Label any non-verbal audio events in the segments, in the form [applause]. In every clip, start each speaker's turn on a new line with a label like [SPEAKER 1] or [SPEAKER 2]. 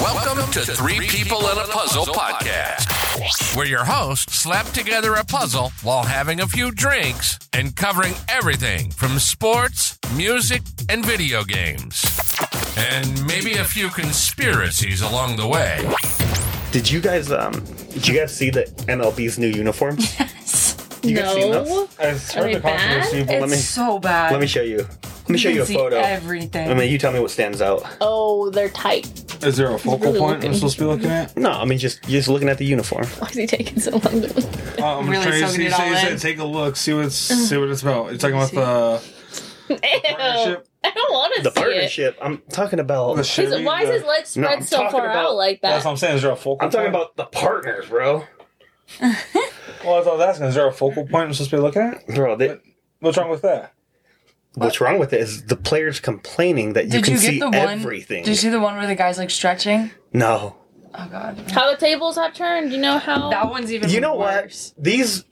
[SPEAKER 1] Welcome to Three People in a Puzzle Podcast, where your hosts slap together a puzzle while having a few drinks and covering everything from sports, music, and video games. And maybe a few conspiracies along the way.
[SPEAKER 2] Did you guys um? Did you guys see the MLB's new uniforms? You guys seen
[SPEAKER 3] No.
[SPEAKER 2] those?
[SPEAKER 4] I've
[SPEAKER 3] Are
[SPEAKER 4] heard
[SPEAKER 3] they
[SPEAKER 4] the controversy,
[SPEAKER 3] bad?
[SPEAKER 4] but
[SPEAKER 2] Let
[SPEAKER 5] It's
[SPEAKER 2] me-
[SPEAKER 5] so bad.
[SPEAKER 2] Let me show you. Let me show
[SPEAKER 5] can
[SPEAKER 2] you a
[SPEAKER 5] see
[SPEAKER 2] photo.
[SPEAKER 5] everything.
[SPEAKER 2] I mean, you tell me what stands out.
[SPEAKER 3] Oh, they're tight. [laughs]
[SPEAKER 4] is there a focal
[SPEAKER 3] really
[SPEAKER 4] point
[SPEAKER 3] looking.
[SPEAKER 4] I'm supposed to be
[SPEAKER 5] [laughs]
[SPEAKER 4] looking at?
[SPEAKER 2] No, I mean just just looking at the uniform.
[SPEAKER 3] Why is he taking so long to look?
[SPEAKER 4] Oh, I'm
[SPEAKER 5] Really
[SPEAKER 4] trying to
[SPEAKER 5] soaking
[SPEAKER 4] see.
[SPEAKER 5] it
[SPEAKER 4] so
[SPEAKER 5] all
[SPEAKER 4] you
[SPEAKER 5] in.
[SPEAKER 4] said take a look, see what's see what it's about. You're talking about the
[SPEAKER 3] Ew. I
[SPEAKER 4] partnership.
[SPEAKER 3] don't want to
[SPEAKER 2] The
[SPEAKER 3] see it.
[SPEAKER 2] partnership. I'm talking about.
[SPEAKER 4] the
[SPEAKER 3] His-
[SPEAKER 4] Chevy,
[SPEAKER 3] why is
[SPEAKER 4] the-
[SPEAKER 3] his leg
[SPEAKER 2] No,
[SPEAKER 3] spread
[SPEAKER 2] I'm
[SPEAKER 3] so
[SPEAKER 2] talking
[SPEAKER 3] far
[SPEAKER 2] about-
[SPEAKER 3] out like
[SPEAKER 4] That's
[SPEAKER 3] that?
[SPEAKER 4] what I'm saying. Is there a focal?
[SPEAKER 2] I'm talking
[SPEAKER 4] point?
[SPEAKER 2] about the partners, bro.
[SPEAKER 4] Well, that's all I was asking. Is there a focal point I'm supposed to be looking at?
[SPEAKER 2] Bro, they,
[SPEAKER 4] What's wrong with that?
[SPEAKER 2] what's wrong with it is the players complaining that you
[SPEAKER 5] did
[SPEAKER 2] can
[SPEAKER 5] you get
[SPEAKER 2] see
[SPEAKER 5] the one?
[SPEAKER 2] everything.
[SPEAKER 5] Did you see the one where the guy's like stretching?
[SPEAKER 2] no,
[SPEAKER 5] Oh god.
[SPEAKER 3] How the tables have turned. You know how?
[SPEAKER 5] That one's even
[SPEAKER 2] you know
[SPEAKER 5] worse.
[SPEAKER 2] what? These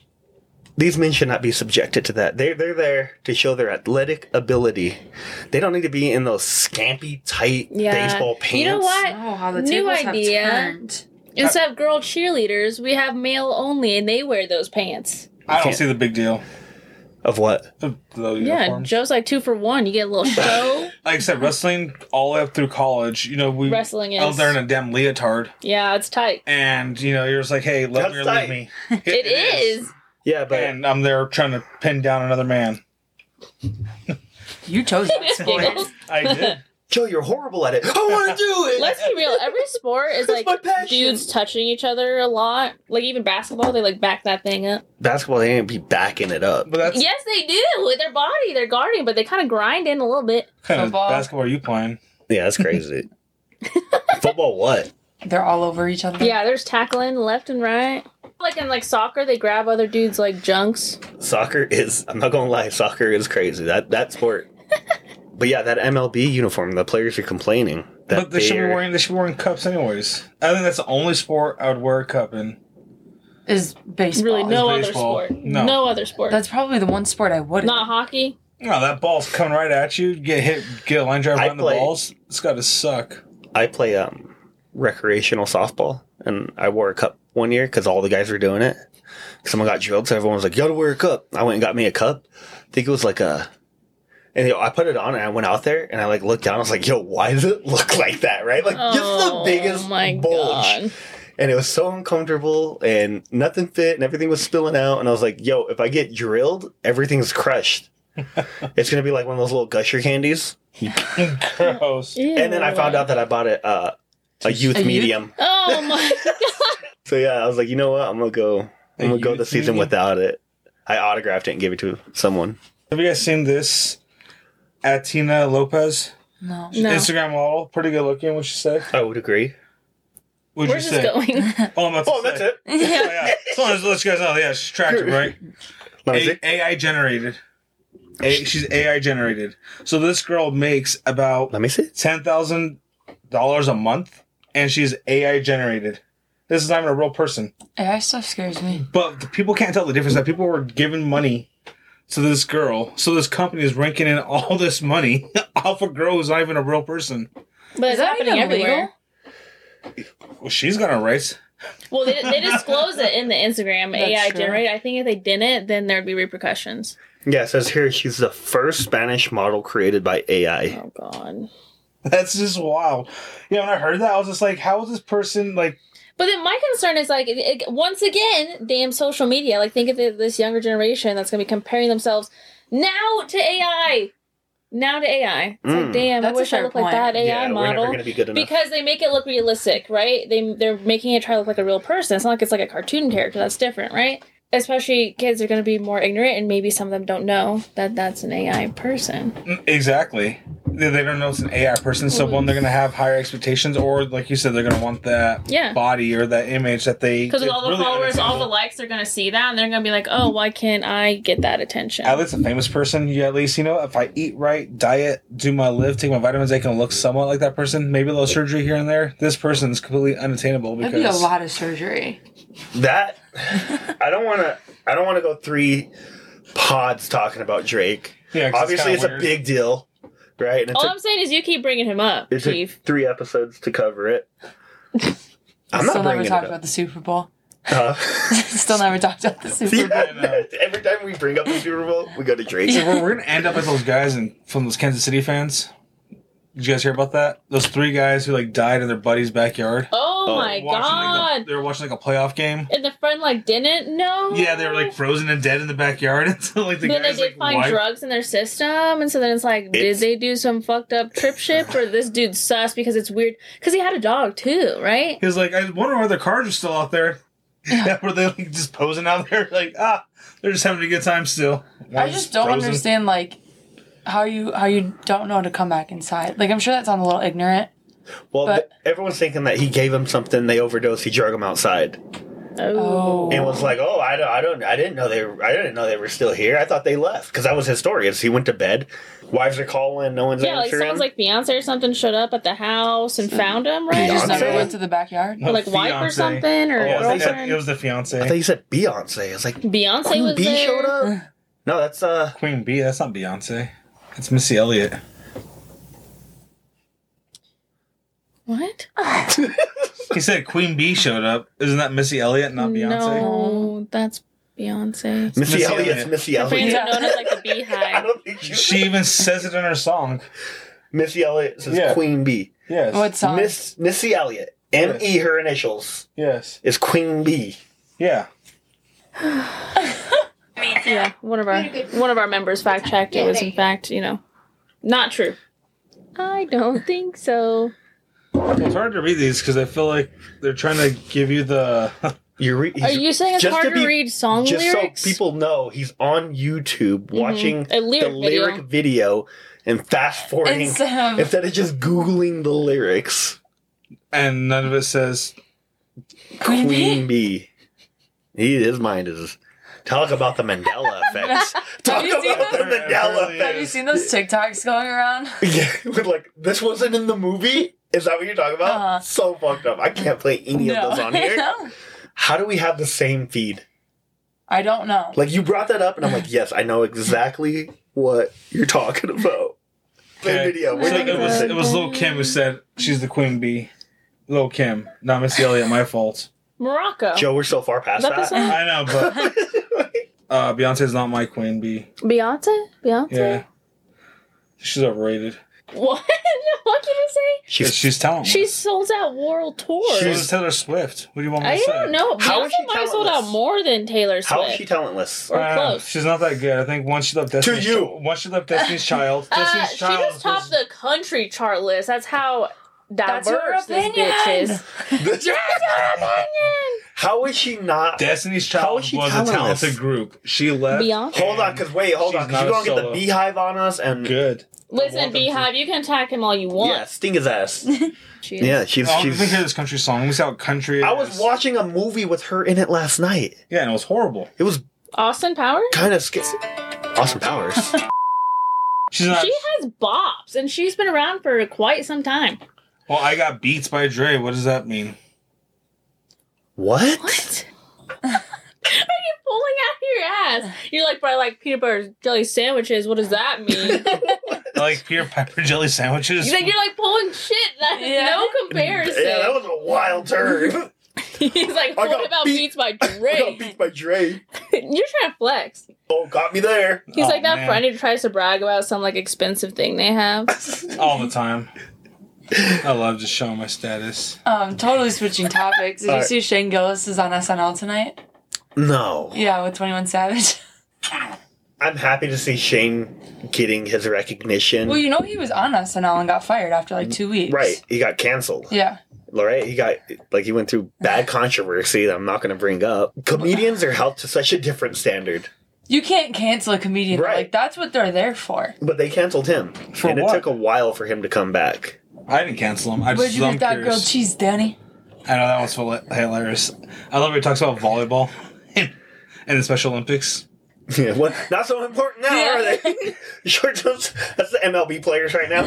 [SPEAKER 2] these men should not be subjected to that. They're they're there to show their athletic ability. They don't need to be in those scampy tight
[SPEAKER 3] Yeah.
[SPEAKER 2] baseball pants.
[SPEAKER 3] You know what?
[SPEAKER 5] Oh, how the
[SPEAKER 3] New
[SPEAKER 5] tables
[SPEAKER 3] idea.
[SPEAKER 5] have turned.
[SPEAKER 3] Instead of girl cheerleaders, we have male only, and they wear those pants.
[SPEAKER 4] I don't
[SPEAKER 2] can't-
[SPEAKER 4] see the big deal.
[SPEAKER 2] Of what?
[SPEAKER 4] of The
[SPEAKER 3] Yeah,
[SPEAKER 4] uniforms.
[SPEAKER 3] Joe's like two for one. You get
[SPEAKER 2] [laughs]
[SPEAKER 3] a little show.
[SPEAKER 4] like I said, wrestling all the way up through college. You know, we
[SPEAKER 3] Wrestling
[SPEAKER 4] out
[SPEAKER 3] is-
[SPEAKER 4] there in a damn leotard,
[SPEAKER 3] yeah, it's tight.
[SPEAKER 4] and you know, you're just like, hey, let
[SPEAKER 2] That's
[SPEAKER 4] me or
[SPEAKER 2] tight.
[SPEAKER 4] leave me.
[SPEAKER 3] [laughs] It is.
[SPEAKER 2] Yeah, but
[SPEAKER 4] And I'm there trying to pin down another man.
[SPEAKER 5] You chose that
[SPEAKER 3] [laughs]
[SPEAKER 5] sport.
[SPEAKER 3] Giggles.
[SPEAKER 4] I did.
[SPEAKER 2] Joe, you're horrible at it. I [laughs] want to do it.
[SPEAKER 3] Let's be real. Every sport is
[SPEAKER 2] That's
[SPEAKER 3] like
[SPEAKER 2] my passion.
[SPEAKER 3] dudes touching each other a lot. Like even basketball, they like back that thing up.
[SPEAKER 2] Basketball, they ain't be backing it up.
[SPEAKER 4] but that's
[SPEAKER 3] Yes, they do with their body. They're guarding, but they kind of grind in a little bit.
[SPEAKER 4] kind of
[SPEAKER 5] Football.
[SPEAKER 4] basketball are you playing?
[SPEAKER 2] Yeah, that's
[SPEAKER 3] [laughs]
[SPEAKER 2] crazy. Football, what?
[SPEAKER 5] They're all over each other.
[SPEAKER 3] Yeah, there's tackling left and right. Like in like soccer, they grab other dudes like junks.
[SPEAKER 2] Soccer is. I'm not gonna lie. Soccer is crazy. That that
[SPEAKER 3] [laughs]
[SPEAKER 2] sport. but yeah, that MLB uniform. The players are complaining that
[SPEAKER 4] but they should be
[SPEAKER 2] they're-
[SPEAKER 4] wearing they should be wearing cups anyways. I think that's the only sport I would wear a cup in.
[SPEAKER 5] Is baseball.
[SPEAKER 3] Really, no
[SPEAKER 4] It's
[SPEAKER 3] other
[SPEAKER 4] baseball.
[SPEAKER 3] sport.
[SPEAKER 4] No.
[SPEAKER 3] No. other sport.
[SPEAKER 5] That's probably the one sport I wouldn't.
[SPEAKER 3] not hockey.
[SPEAKER 4] No, that ball's coming right at you. Get hit, get a line drive
[SPEAKER 2] I
[SPEAKER 4] around the
[SPEAKER 2] play-
[SPEAKER 4] balls. It's got to suck.
[SPEAKER 2] I play um recreational softball, and I wore a cup one year because all the guys were doing it. Someone got drilled, so everyone was like, "You gotta wear a cup." I went and got me a cup. I think it was like a, and you know, I put it on, and I went out there, and I like looked down. I was like, "Yo, why does it look [laughs] like that?" Right? Like, just the
[SPEAKER 3] Oh,
[SPEAKER 2] biggest bulge, and it was so uncomfortable, and nothing fit, and everything was spilling out. And I was like, "Yo, if I get drilled, everything's [laughs] crushed." it's gonna be like one of those little gusher candies.
[SPEAKER 4] Gross.
[SPEAKER 2] And then I found out that I bought it uh, a youth
[SPEAKER 5] A youth-
[SPEAKER 2] medium.
[SPEAKER 3] Oh my
[SPEAKER 4] [laughs]
[SPEAKER 2] So yeah, I was like, you know what? I'm gonna go. I'm gonna go
[SPEAKER 4] youth
[SPEAKER 2] the season
[SPEAKER 4] meeting?
[SPEAKER 2] without it. I autographed it and gave it to someone.
[SPEAKER 4] [laughs] Have you guys seen this? Atina Lopez,
[SPEAKER 5] No.
[SPEAKER 3] no.
[SPEAKER 4] Instagram model, pretty good looking. What you say?
[SPEAKER 2] I would agree.
[SPEAKER 4] Would you
[SPEAKER 3] Where's
[SPEAKER 4] say?
[SPEAKER 3] this going?
[SPEAKER 5] [laughs]
[SPEAKER 4] Oh, I'm about to
[SPEAKER 2] Oh, that's
[SPEAKER 4] say.
[SPEAKER 2] it.
[SPEAKER 4] Oh, yeah. As long as let's guys know, yeah, she's attractive, right?
[SPEAKER 2] Let me see.
[SPEAKER 4] A- AI generated. A- she's AI generated. So this girl makes about
[SPEAKER 2] Let me see.
[SPEAKER 4] ten thousand dollars a month, and she's AI generated. This is not even a real person.
[SPEAKER 5] AI stuff scares me.
[SPEAKER 4] But the people can't tell the difference. That people were giving money to this girl, so this company is ranking in all this money [laughs] off a girl who's not even a real person.
[SPEAKER 3] But
[SPEAKER 5] Is
[SPEAKER 3] it's
[SPEAKER 5] that
[SPEAKER 3] happening
[SPEAKER 5] even legal?
[SPEAKER 3] everywhere.
[SPEAKER 4] Well, she's gonna race.
[SPEAKER 3] Well, they, they disclose it in the Instagram
[SPEAKER 5] That's
[SPEAKER 3] AI
[SPEAKER 5] true.
[SPEAKER 3] generated. I think if they didn't, then there'd be repercussions.
[SPEAKER 2] Yeah, it says here she's the first Spanish model created by AI.
[SPEAKER 3] Oh God!
[SPEAKER 4] [laughs] That's just wild. Yeah, when I heard that, I was just like, "How is this person like?"
[SPEAKER 3] But then my concern is like, it, it- once again, damn social media. Like, think of the, this younger generation that's going to be comparing themselves now to AI, now to AI. It's
[SPEAKER 2] Mm.
[SPEAKER 3] like, damn,
[SPEAKER 5] That's a
[SPEAKER 3] I wish I
[SPEAKER 5] fair
[SPEAKER 3] looked
[SPEAKER 5] point.
[SPEAKER 3] like that AI
[SPEAKER 2] yeah, we're never
[SPEAKER 3] model.
[SPEAKER 2] gonna be good enough.
[SPEAKER 3] Because they make it look realistic, right? They they're making it try to look like a real person. It's not like it's like a cartoon character. That's different, right? Especially kids are going to be more ignorant, and maybe some of them don't know that that's an AI person.
[SPEAKER 4] Exactly. They, they don't know it's an AI person, so one, they're going to have higher expectations, or like you said, they're going to want that
[SPEAKER 3] Yeah.
[SPEAKER 4] body or that image that they.
[SPEAKER 3] Because with
[SPEAKER 4] they
[SPEAKER 3] all the
[SPEAKER 4] really
[SPEAKER 3] followers, all the
[SPEAKER 4] understand.
[SPEAKER 3] likes, they're gonna see that, and they're gonna be like, "Oh, why can't I get that attention?"
[SPEAKER 4] At least a famous person, you at least, you know, if I eat right, diet, do my live, take my vitamins, I can look somewhat like that person. Maybe a little surgery here and there. This person is completely unattainable because.
[SPEAKER 5] That'd be a lot of surgery.
[SPEAKER 2] that I don't want to. I don't want to go three pods talking about Drake.
[SPEAKER 4] Yeah, 'cause
[SPEAKER 2] Obviously, it's,
[SPEAKER 4] kinda
[SPEAKER 2] a
[SPEAKER 4] weird.
[SPEAKER 2] big deal, right? And it
[SPEAKER 3] all
[SPEAKER 2] took,
[SPEAKER 3] I'm saying is, you keep bringing him up,
[SPEAKER 2] it took
[SPEAKER 3] Chief.
[SPEAKER 2] three episodes to cover it. I'm not
[SPEAKER 5] Still never
[SPEAKER 2] bringing it
[SPEAKER 5] talked
[SPEAKER 2] up.
[SPEAKER 5] about the Super Bowl. [laughs]
[SPEAKER 2] [laughs] Huh?
[SPEAKER 5] Still never talked about the Super Bowl.
[SPEAKER 4] [laughs]
[SPEAKER 2] Yeah, every time we bring up the Super Bowl, we go to Drake.
[SPEAKER 4] Dude, we're, we're gonna end up as those guys and from those Kansas City fans. Did you guys hear about that? Those three guys who like died in their buddy's backyard.
[SPEAKER 3] Oh,
[SPEAKER 2] Oh,
[SPEAKER 3] my
[SPEAKER 4] Like,
[SPEAKER 3] god!
[SPEAKER 4] a- they were watching like a playoff game.
[SPEAKER 3] and the friend like didn't know.
[SPEAKER 4] Yeah, they were like frozen and dead in the backyard [laughs] until like the
[SPEAKER 3] then they
[SPEAKER 4] guys
[SPEAKER 3] did
[SPEAKER 4] like
[SPEAKER 3] find
[SPEAKER 4] wiped.
[SPEAKER 3] drugs in their system, and so then it's like,
[SPEAKER 2] It's-
[SPEAKER 3] did they do some fucked up trip ship, or this dude's sus because it's weird because he had a dog too, right?
[SPEAKER 4] He was like, I wonder why their cars are still out there. Yeah, [laughs] were they like just posing out there? [laughs] Like, ah, they're just having a good time still.
[SPEAKER 5] I
[SPEAKER 4] One's
[SPEAKER 5] just don't
[SPEAKER 4] frozen.
[SPEAKER 5] understand like how you how you don't know how to come back inside. Like I'm sure that sounds a little ignorant.
[SPEAKER 2] Well, th-
[SPEAKER 5] But-
[SPEAKER 2] everyone's thinking that he gave him something. They overdosed. He drug him outside
[SPEAKER 5] Oh,
[SPEAKER 2] and was like, "Oh, I don't, I don't, I didn't know they, were, I didn't know they were still here. I thought they left because that was his story. Is he went to bed, wives are calling, no one's
[SPEAKER 3] yeah, like
[SPEAKER 2] answering.
[SPEAKER 3] someone's like fiance or something showed up at the house
[SPEAKER 2] Mm.
[SPEAKER 3] and found him,
[SPEAKER 5] you
[SPEAKER 3] right?
[SPEAKER 5] just
[SPEAKER 2] Fiance?
[SPEAKER 5] never went to the backyard.
[SPEAKER 3] Or, like
[SPEAKER 4] Oh,
[SPEAKER 3] wife or
[SPEAKER 4] fiance.
[SPEAKER 3] something or
[SPEAKER 4] Oh, Yeah, it was, the,
[SPEAKER 3] girlfriend.
[SPEAKER 4] it was the fiance.
[SPEAKER 2] I thought you said Beyonce. It's like
[SPEAKER 3] Beyonce
[SPEAKER 2] Queen
[SPEAKER 3] was
[SPEAKER 2] B
[SPEAKER 3] there.
[SPEAKER 2] showed up. No, that's uh,
[SPEAKER 4] Queen Bee. That's not Beyonce. It's Missy Elliott.
[SPEAKER 3] What?
[SPEAKER 4] He said Queen Bee showed up. Isn't that Missy Elliott, not Beyonce?
[SPEAKER 3] No, that's Beyonce.
[SPEAKER 2] Missy,
[SPEAKER 4] Missy
[SPEAKER 2] Elliott's
[SPEAKER 4] Elliott.
[SPEAKER 2] Missy
[SPEAKER 3] Fans
[SPEAKER 2] Elliott.
[SPEAKER 3] are known as like the
[SPEAKER 2] [laughs] I
[SPEAKER 3] Beehive.
[SPEAKER 2] don't think you.
[SPEAKER 4] She even says it in her song.
[SPEAKER 2] Missy Elliott says
[SPEAKER 4] Yeah.
[SPEAKER 2] Queen B.
[SPEAKER 4] Yes.
[SPEAKER 5] What song?
[SPEAKER 2] Miss Missy Elliott. M E her initials
[SPEAKER 4] Yes.
[SPEAKER 2] is Queen B.
[SPEAKER 4] Yeah.
[SPEAKER 3] Yeah, one of our one of our members fact checked it was in fact, you know, not true. I don't think so.
[SPEAKER 4] It's hard to read these because I feel like they're trying to give you the. [laughs]
[SPEAKER 2] You're re-
[SPEAKER 3] Are you saying it's
[SPEAKER 2] Just to
[SPEAKER 3] hard to,
[SPEAKER 2] be-
[SPEAKER 3] read song
[SPEAKER 2] just
[SPEAKER 3] lyrics? Mm-hmm.
[SPEAKER 2] so people know he's on YouTube watching
[SPEAKER 3] A lyric
[SPEAKER 2] the lyric video, and fast forwarding
[SPEAKER 5] Instead of-
[SPEAKER 2] instead of just googling the lyrics.
[SPEAKER 4] and none of it says.
[SPEAKER 5] [laughs] Queen Bee?
[SPEAKER 2] Queen Bee. He his mind is talk about the Mandela effects. Talk
[SPEAKER 5] Have you seen
[SPEAKER 2] about the
[SPEAKER 5] those?
[SPEAKER 2] Mandela
[SPEAKER 4] Have
[SPEAKER 5] Have you
[SPEAKER 2] effects.
[SPEAKER 5] seen those TikToks going around?
[SPEAKER 2] [laughs] Yeah, with like this wasn't in the movie. Is that what you're talking about?
[SPEAKER 5] Uh-huh.
[SPEAKER 2] So fucked up. I can't play any of those on
[SPEAKER 5] [laughs]
[SPEAKER 2] here. How do we have the same feed?
[SPEAKER 5] I don't know.
[SPEAKER 2] Like you brought that up, and I'm like, yes, I know exactly what you're talking about. Play
[SPEAKER 4] Okay.
[SPEAKER 2] video. We're
[SPEAKER 4] So
[SPEAKER 2] not
[SPEAKER 4] it
[SPEAKER 2] gonna
[SPEAKER 4] was
[SPEAKER 2] sit-
[SPEAKER 4] it was Lil Kim who said she's the Queen Bee. Lil Kim, not Missy Elliott. My fault.
[SPEAKER 3] Morocco.
[SPEAKER 2] Joe, we're so far past
[SPEAKER 3] Is that the
[SPEAKER 2] that.
[SPEAKER 3] song?
[SPEAKER 4] I know,
[SPEAKER 2] [laughs]
[SPEAKER 4] but uh, Beyonce's not my Queen Bee.
[SPEAKER 3] Beyonce? Beyonce?
[SPEAKER 4] Yeah. She's overrated.
[SPEAKER 3] What? [laughs] what did you say?
[SPEAKER 4] She's, she's talentless.
[SPEAKER 3] She sold out world tours.
[SPEAKER 4] She was Taylor Swift. What do you want me to
[SPEAKER 3] I
[SPEAKER 4] say?
[SPEAKER 3] don't know.
[SPEAKER 2] How
[SPEAKER 3] Beyonce
[SPEAKER 2] is she
[SPEAKER 3] might have sold out
[SPEAKER 2] talentless?
[SPEAKER 3] more than Taylor Swift.
[SPEAKER 2] How is she talentless? [laughs]
[SPEAKER 3] or
[SPEAKER 4] Uh,
[SPEAKER 3] close.
[SPEAKER 4] She's not that good. I think once she left Destiny's
[SPEAKER 2] you.
[SPEAKER 4] Chi- once she left Destiny's Child,
[SPEAKER 3] Uh,
[SPEAKER 4] Destiny's
[SPEAKER 3] she
[SPEAKER 4] Child
[SPEAKER 3] just topped the country chart list. That's how diverse
[SPEAKER 5] That's her
[SPEAKER 3] this
[SPEAKER 5] opinion.
[SPEAKER 3] bitch is.
[SPEAKER 2] How is she not?
[SPEAKER 4] Destiny's
[SPEAKER 2] How
[SPEAKER 4] Child
[SPEAKER 2] is she
[SPEAKER 4] was a
[SPEAKER 2] talentless?
[SPEAKER 4] talented group. She left.
[SPEAKER 3] Beyonce.
[SPEAKER 2] Hold on, because wait, hold
[SPEAKER 4] She's
[SPEAKER 2] on, because you're gonna
[SPEAKER 4] not a
[SPEAKER 2] get the
[SPEAKER 4] solo.
[SPEAKER 2] beehive on us and
[SPEAKER 4] Good.
[SPEAKER 3] Listen,
[SPEAKER 4] Welcome to-
[SPEAKER 3] Beehive, you can attack him all you
[SPEAKER 2] [laughs]
[SPEAKER 3] want.
[SPEAKER 2] yeah, sting his ass.
[SPEAKER 3] She is.
[SPEAKER 2] yeah, she's.
[SPEAKER 4] Oh, let me hear
[SPEAKER 2] she's
[SPEAKER 4] this country song. Let me see how country it
[SPEAKER 2] I was
[SPEAKER 4] is.
[SPEAKER 2] watching a movie with her in it last night.
[SPEAKER 4] Yeah, and it was horrible.
[SPEAKER 2] It was
[SPEAKER 3] Austin Powers?
[SPEAKER 2] kind of scary. Austin Powers. [laughs]
[SPEAKER 4] She's
[SPEAKER 2] Uh,
[SPEAKER 4] not.
[SPEAKER 3] She has bops, and she's been around for quite some time. [laughs]
[SPEAKER 4] well, I got beats by Dre. What does that mean?
[SPEAKER 2] what?
[SPEAKER 3] What? Pulling out of your ass. You're like, but I like peanut butter jelly sandwiches. What does that
[SPEAKER 4] [laughs]
[SPEAKER 3] mean?
[SPEAKER 4] I like peanut pepper jelly sandwiches.
[SPEAKER 3] You're like, you're like pulling shit. That's
[SPEAKER 5] Yeah.
[SPEAKER 3] no comparison.
[SPEAKER 2] Yeah, that was a wild turn. [laughs]
[SPEAKER 3] [laughs] He's like,
[SPEAKER 2] I
[SPEAKER 3] what
[SPEAKER 2] got
[SPEAKER 3] about
[SPEAKER 2] beat-
[SPEAKER 3] beats by
[SPEAKER 2] [laughs] I got
[SPEAKER 3] Drake?
[SPEAKER 2] beat by Dre.
[SPEAKER 3] [laughs] You're trying to flex.
[SPEAKER 2] Oh, got me there.
[SPEAKER 3] He's
[SPEAKER 4] Oh,
[SPEAKER 3] like that
[SPEAKER 4] man.
[SPEAKER 3] friend who tries to brag about some like expensive thing they have.
[SPEAKER 4] [laughs] all the time. I love just showing my status.
[SPEAKER 5] Um, totally switching topics. Did you
[SPEAKER 2] Alright.
[SPEAKER 5] see Shane Gillis is on SNL tonight?
[SPEAKER 2] No,
[SPEAKER 5] Yeah, with Twenty One Savage. [laughs]
[SPEAKER 2] I'm happy to see Shane getting his recognition.
[SPEAKER 5] Well, you know he was on SNL and got fired after like two weeks.
[SPEAKER 2] right, he got canceled.
[SPEAKER 5] Yeah.
[SPEAKER 2] Right? He got like he went through
[SPEAKER 5] [laughs]
[SPEAKER 2] bad controversy that I'm not going to bring up. Comedians are held to such a different standard,
[SPEAKER 5] You can't cancel a comedian.
[SPEAKER 2] Right.
[SPEAKER 5] Like that's what they're there for.
[SPEAKER 2] but they canceled him,
[SPEAKER 4] For
[SPEAKER 2] and
[SPEAKER 4] what?
[SPEAKER 2] it took a while for him to come back. [laughs]
[SPEAKER 4] I didn't cancel him. I
[SPEAKER 5] Where'd
[SPEAKER 4] just
[SPEAKER 5] you
[SPEAKER 4] I'm
[SPEAKER 5] get that
[SPEAKER 4] curious.
[SPEAKER 5] grilled cheese, Danny?
[SPEAKER 4] I know that one's hila- hilarious. I love when he talks about volleyball [laughs] and the Special Olympics.
[SPEAKER 2] Yeah, well, not so important now,
[SPEAKER 5] Yeah.
[SPEAKER 2] are
[SPEAKER 5] [laughs]
[SPEAKER 2] they? Short terms, that's the MLB players right now.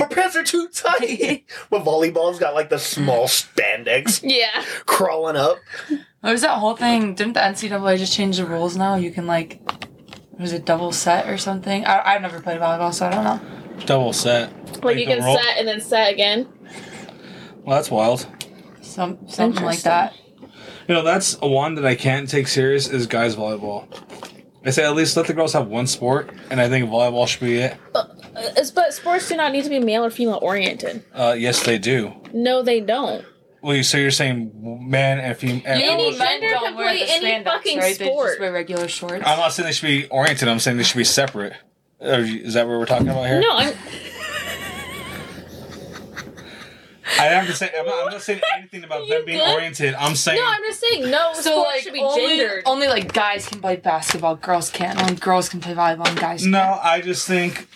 [SPEAKER 2] Our pants are too tight.
[SPEAKER 5] [laughs]
[SPEAKER 2] But volleyball's got like the small spandex
[SPEAKER 3] Yeah.
[SPEAKER 2] crawling up.
[SPEAKER 5] What was that whole thing? Didn't the NCAA just change the rules now? You can like, was it double set or something? I, I've never played volleyball, so I don't know.
[SPEAKER 4] Double set.
[SPEAKER 3] Like you
[SPEAKER 4] the
[SPEAKER 3] can
[SPEAKER 4] roll-
[SPEAKER 3] set and then set again.
[SPEAKER 4] Well, that's wild.
[SPEAKER 5] Some something like that.
[SPEAKER 4] You know, that's one that I can't take serious is guys volleyball. I say at least let the girls have one sport, and I think volleyball should be it.
[SPEAKER 3] It's- Uh, But sports do not need to be male or female oriented.
[SPEAKER 4] Uh, yes, they do.
[SPEAKER 3] No, they don't.
[SPEAKER 4] Well, you so you're saying man and female?
[SPEAKER 3] Any
[SPEAKER 5] Well, men
[SPEAKER 3] gender
[SPEAKER 5] don't
[SPEAKER 3] can
[SPEAKER 5] wear
[SPEAKER 3] play
[SPEAKER 5] the
[SPEAKER 3] any
[SPEAKER 5] spandex,
[SPEAKER 3] fucking
[SPEAKER 5] right? They
[SPEAKER 3] sport.
[SPEAKER 5] just wear regular shorts.
[SPEAKER 4] I'm not saying they should be oriented. I'm saying they should be separate. Are you- Is that what we're talking about here?
[SPEAKER 3] No, I'm,
[SPEAKER 4] I have to say I'm not, I'm not saying anything about them being
[SPEAKER 3] good?
[SPEAKER 4] oriented. I'm saying
[SPEAKER 3] no, I'm just saying no
[SPEAKER 5] so
[SPEAKER 3] sport
[SPEAKER 5] like
[SPEAKER 3] should be
[SPEAKER 5] only,
[SPEAKER 3] gendered.
[SPEAKER 5] only like guys can play basketball, girls can't. Only girls can play volleyball, and guys
[SPEAKER 4] No, I just think.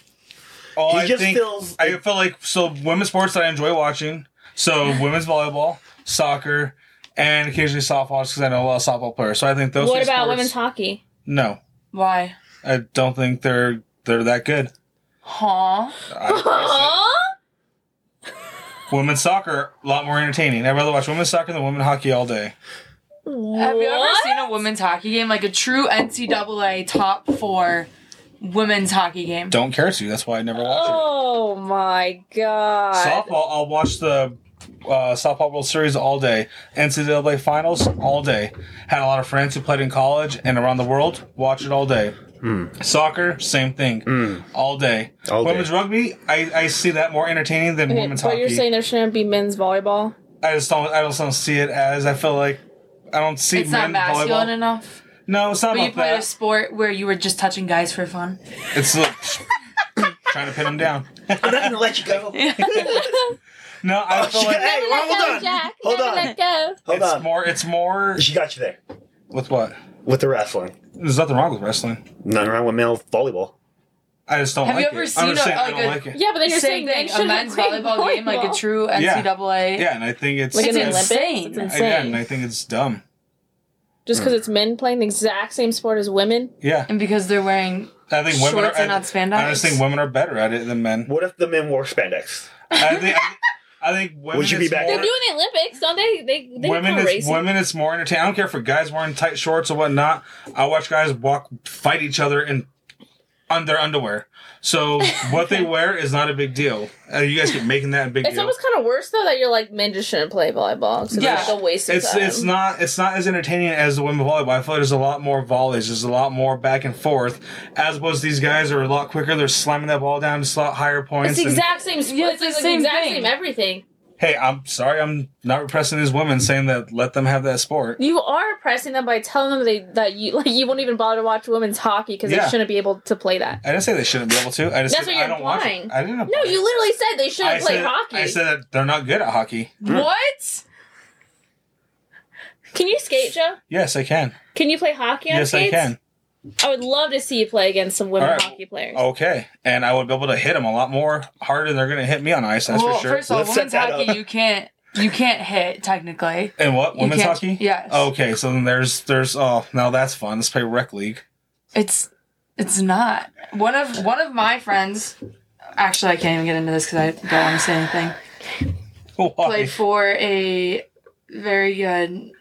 [SPEAKER 4] All
[SPEAKER 2] He
[SPEAKER 4] I
[SPEAKER 2] just
[SPEAKER 4] think,
[SPEAKER 2] feels-
[SPEAKER 4] I feel like so women's sports that I enjoy watching.
[SPEAKER 3] [laughs]
[SPEAKER 4] So women's volleyball, soccer, and occasionally softball because I know a lot of softball players. So I think those.
[SPEAKER 3] What
[SPEAKER 4] three
[SPEAKER 3] about
[SPEAKER 4] sports-
[SPEAKER 3] women's hockey?
[SPEAKER 4] No,
[SPEAKER 5] Why?
[SPEAKER 4] I don't think they're they're that good.
[SPEAKER 5] Huh?
[SPEAKER 4] I-
[SPEAKER 3] Huh?
[SPEAKER 4] women's soccer a lot more entertaining. I'd rather watch women's soccer than women's hockey all day.
[SPEAKER 5] Have you ever
[SPEAKER 3] What?
[SPEAKER 5] seen a women's hockey game? Like a true NCAA top four women's hockey game.
[SPEAKER 4] Don't care to. That's why I never watch it.
[SPEAKER 3] Oh my god!
[SPEAKER 4] Softball, I'll watch the uh, softball World Series all day. NCAA finals all day. Had a lot of friends who played in college and around the world. Watch it all day. Soccer, same thing, all day.
[SPEAKER 2] Hmm. All day.
[SPEAKER 4] women's rugby, I, I see that more entertaining than
[SPEAKER 3] Okay,
[SPEAKER 4] women's
[SPEAKER 3] but
[SPEAKER 4] hockey.
[SPEAKER 3] you're saying there shouldn't be men's volleyball?
[SPEAKER 4] I just don't. I just don't see it as. I feel like I don't see
[SPEAKER 5] It's not
[SPEAKER 4] men
[SPEAKER 5] masculine
[SPEAKER 4] volleyball.
[SPEAKER 5] enough.
[SPEAKER 4] No, it's not
[SPEAKER 5] But you
[SPEAKER 4] about
[SPEAKER 5] played a
[SPEAKER 4] that.
[SPEAKER 5] sport where you were just touching guys for fun.
[SPEAKER 4] It's like, [coughs] trying to pin them down. [laughs]
[SPEAKER 2] I'm not gonna let you
[SPEAKER 5] [laughs]
[SPEAKER 2] go.
[SPEAKER 4] No, I feel
[SPEAKER 2] She-
[SPEAKER 4] like
[SPEAKER 2] hey, well, hold on. Hold on.
[SPEAKER 3] go.
[SPEAKER 2] Oh, Hold
[SPEAKER 4] it's
[SPEAKER 2] on.
[SPEAKER 4] more. It's more
[SPEAKER 2] She got you there
[SPEAKER 4] with what?
[SPEAKER 2] with the wrestling.
[SPEAKER 4] There's nothing wrong with wrestling.
[SPEAKER 2] Nothing wrong with male volleyball.
[SPEAKER 4] I just don't
[SPEAKER 5] Have you
[SPEAKER 4] like
[SPEAKER 5] ever
[SPEAKER 4] it.
[SPEAKER 5] seen
[SPEAKER 4] I'm just
[SPEAKER 5] a-
[SPEAKER 4] saying I
[SPEAKER 5] like
[SPEAKER 4] don't
[SPEAKER 5] a-
[SPEAKER 4] like it.
[SPEAKER 3] Yeah, but then you're
[SPEAKER 5] Same
[SPEAKER 3] saying
[SPEAKER 5] thing.
[SPEAKER 3] they
[SPEAKER 5] A
[SPEAKER 3] should
[SPEAKER 5] men's volleyball game, like a true
[SPEAKER 4] Yeah.
[SPEAKER 5] NCAA.
[SPEAKER 4] Yeah, and I think it's,
[SPEAKER 3] Like an
[SPEAKER 5] It's
[SPEAKER 3] Olympics.
[SPEAKER 4] it's-
[SPEAKER 5] insane.
[SPEAKER 3] It's
[SPEAKER 5] I-
[SPEAKER 3] insane.
[SPEAKER 4] yeah, and I think it's dumb.
[SPEAKER 3] Just because it's men playing the exact same sport as women.
[SPEAKER 4] Yeah,
[SPEAKER 5] And because they're wearing
[SPEAKER 4] I think women
[SPEAKER 5] Shorts
[SPEAKER 4] are.
[SPEAKER 5] and not spandex?
[SPEAKER 4] I just think women are better at it than men.
[SPEAKER 2] What if the men wore spandex?
[SPEAKER 4] I think. I, I think women.
[SPEAKER 2] Would you be
[SPEAKER 4] it's
[SPEAKER 2] back
[SPEAKER 4] more-
[SPEAKER 3] They're doing the Olympics, don't they? They they
[SPEAKER 4] Women,
[SPEAKER 3] are
[SPEAKER 4] it's,
[SPEAKER 3] racing.
[SPEAKER 4] women, it's more entertaining. I don't care if a guy's wearing tight shorts or whatnot. I watch guys walk, fight each other in on their underwear. So
[SPEAKER 5] [laughs]
[SPEAKER 4] what they wear is not a big deal. Uh, you guys keep making that a big
[SPEAKER 3] It's
[SPEAKER 4] deal.
[SPEAKER 3] almost kind of worse though that you're like men just shouldn't play volleyball. So
[SPEAKER 5] Yeah.
[SPEAKER 3] yeah, like a waste of
[SPEAKER 4] It's
[SPEAKER 3] time.
[SPEAKER 4] it's not it's not as entertaining as the women volleyball. I feel like there's a lot more volleys. There's a lot more back and forth. As opposed to these guys are a lot quicker. They're slamming that ball down to slot higher points.
[SPEAKER 3] It's the
[SPEAKER 4] and-
[SPEAKER 3] exact same. sport.
[SPEAKER 5] Yeah,
[SPEAKER 3] it's the same exact
[SPEAKER 5] thing.
[SPEAKER 3] same everything.
[SPEAKER 4] hey, I'm sorry, I'm not repressing these women, saying that let them have that sport.
[SPEAKER 3] You are oppressing them by telling them they, that you [laughs] like you won't even bother to watch women's hockey because
[SPEAKER 4] Yeah.
[SPEAKER 3] they shouldn't be able to play that.
[SPEAKER 4] I didn't say they shouldn't be able to. I just
[SPEAKER 3] That's
[SPEAKER 4] said
[SPEAKER 3] what you're
[SPEAKER 4] I don't watch it.
[SPEAKER 3] implying.
[SPEAKER 4] I didn't.
[SPEAKER 3] No,
[SPEAKER 4] imply
[SPEAKER 3] you literally said they
[SPEAKER 4] I
[SPEAKER 3] shouldn't play
[SPEAKER 4] said,
[SPEAKER 3] hockey.
[SPEAKER 4] I said that they're not good at hockey.
[SPEAKER 5] what?
[SPEAKER 3] Can you skate, Joe?
[SPEAKER 4] Yes, I can.
[SPEAKER 3] Can you play hockey on
[SPEAKER 4] yes,
[SPEAKER 3] skates?
[SPEAKER 4] I can.
[SPEAKER 3] I would love to see you play against some women
[SPEAKER 4] All right.
[SPEAKER 3] hockey players.
[SPEAKER 4] Okay, and I would be able to hit them a lot more harder. than They're going to hit me on ice. That's
[SPEAKER 5] well,
[SPEAKER 4] for sure.
[SPEAKER 5] first of all,
[SPEAKER 2] Let's set
[SPEAKER 5] women's
[SPEAKER 2] that
[SPEAKER 5] hockey
[SPEAKER 2] up.
[SPEAKER 5] you can't you can't hit technically.
[SPEAKER 4] and what
[SPEAKER 5] You
[SPEAKER 4] women's
[SPEAKER 5] can't-
[SPEAKER 4] hockey? Oh,
[SPEAKER 5] yes.
[SPEAKER 4] Okay, so then there's there's oh now that's fun. Let's play rec league. [laughs]
[SPEAKER 5] It's it's not. One of one of my friends actually I can't even get into this because I don't want to say anything.
[SPEAKER 4] Why?
[SPEAKER 5] Played for a very good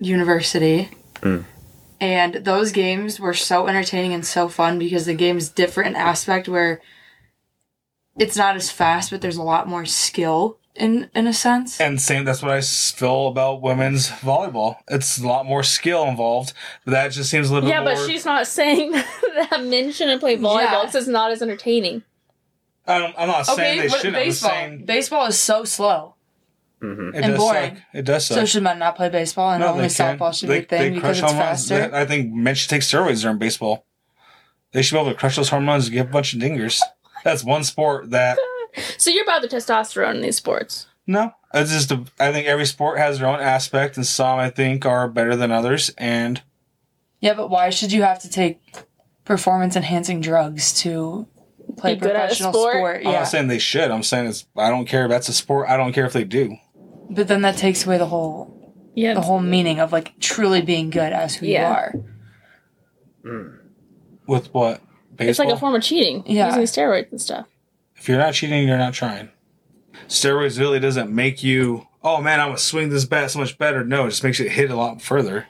[SPEAKER 5] university.
[SPEAKER 4] Mm.
[SPEAKER 5] And those games were so entertaining and so fun because the game's different in aspect where it's not as fast, but there's a lot more skill in in a sense.
[SPEAKER 4] And same, that's what I s- feel about women's volleyball. It's a lot more skill involved. But that just seems a little
[SPEAKER 3] yeah,
[SPEAKER 4] bit more.
[SPEAKER 3] but she's not [laughs] saying that men shouldn't play
[SPEAKER 5] Yeah.
[SPEAKER 3] volleyball because it's not as entertaining.
[SPEAKER 4] I don't, I'm not saying they
[SPEAKER 5] but
[SPEAKER 4] shouldn't.
[SPEAKER 5] baseball.
[SPEAKER 4] I'm saying
[SPEAKER 5] Baseball is so slow.
[SPEAKER 4] it
[SPEAKER 5] and
[SPEAKER 4] does
[SPEAKER 5] boring.
[SPEAKER 4] suck. It does suck.
[SPEAKER 5] So should men not play baseball and
[SPEAKER 4] No,
[SPEAKER 5] only
[SPEAKER 4] they can.
[SPEAKER 5] softball should
[SPEAKER 4] They-
[SPEAKER 5] be a thing
[SPEAKER 4] they
[SPEAKER 5] because it's
[SPEAKER 4] crush hormones.
[SPEAKER 5] faster?
[SPEAKER 4] They- I think men should take steroids during baseball. They should be able to crush those hormones and get a bunch of dingers. That's one sport that
[SPEAKER 3] So you're about the testosterone in these sports.
[SPEAKER 4] no. It's just a, I think every sport has their own aspect, and some I think are better than others. And
[SPEAKER 5] yeah, but why should you have to take performance enhancing drugs to play
[SPEAKER 3] Be good at a
[SPEAKER 5] professional sport?
[SPEAKER 3] sport?
[SPEAKER 4] I'm
[SPEAKER 5] Yeah.
[SPEAKER 4] not saying they should. I'm saying it's I don't care. if That's a sport. I don't care if they do.
[SPEAKER 5] But then that takes away the whole
[SPEAKER 3] Yeah.
[SPEAKER 5] the whole meaning of like truly being good as who
[SPEAKER 3] Yeah.
[SPEAKER 5] you are.
[SPEAKER 4] With what baseball?
[SPEAKER 3] it's like a form of cheating.
[SPEAKER 5] Yeah.
[SPEAKER 3] Using steroids and stuff.
[SPEAKER 4] if you're not cheating, you're not trying. Steroids really doesn't make you. Oh man, I'm gonna swing this bat so much better. No, it just makes you hit a lot
[SPEAKER 3] [laughs]
[SPEAKER 4] further.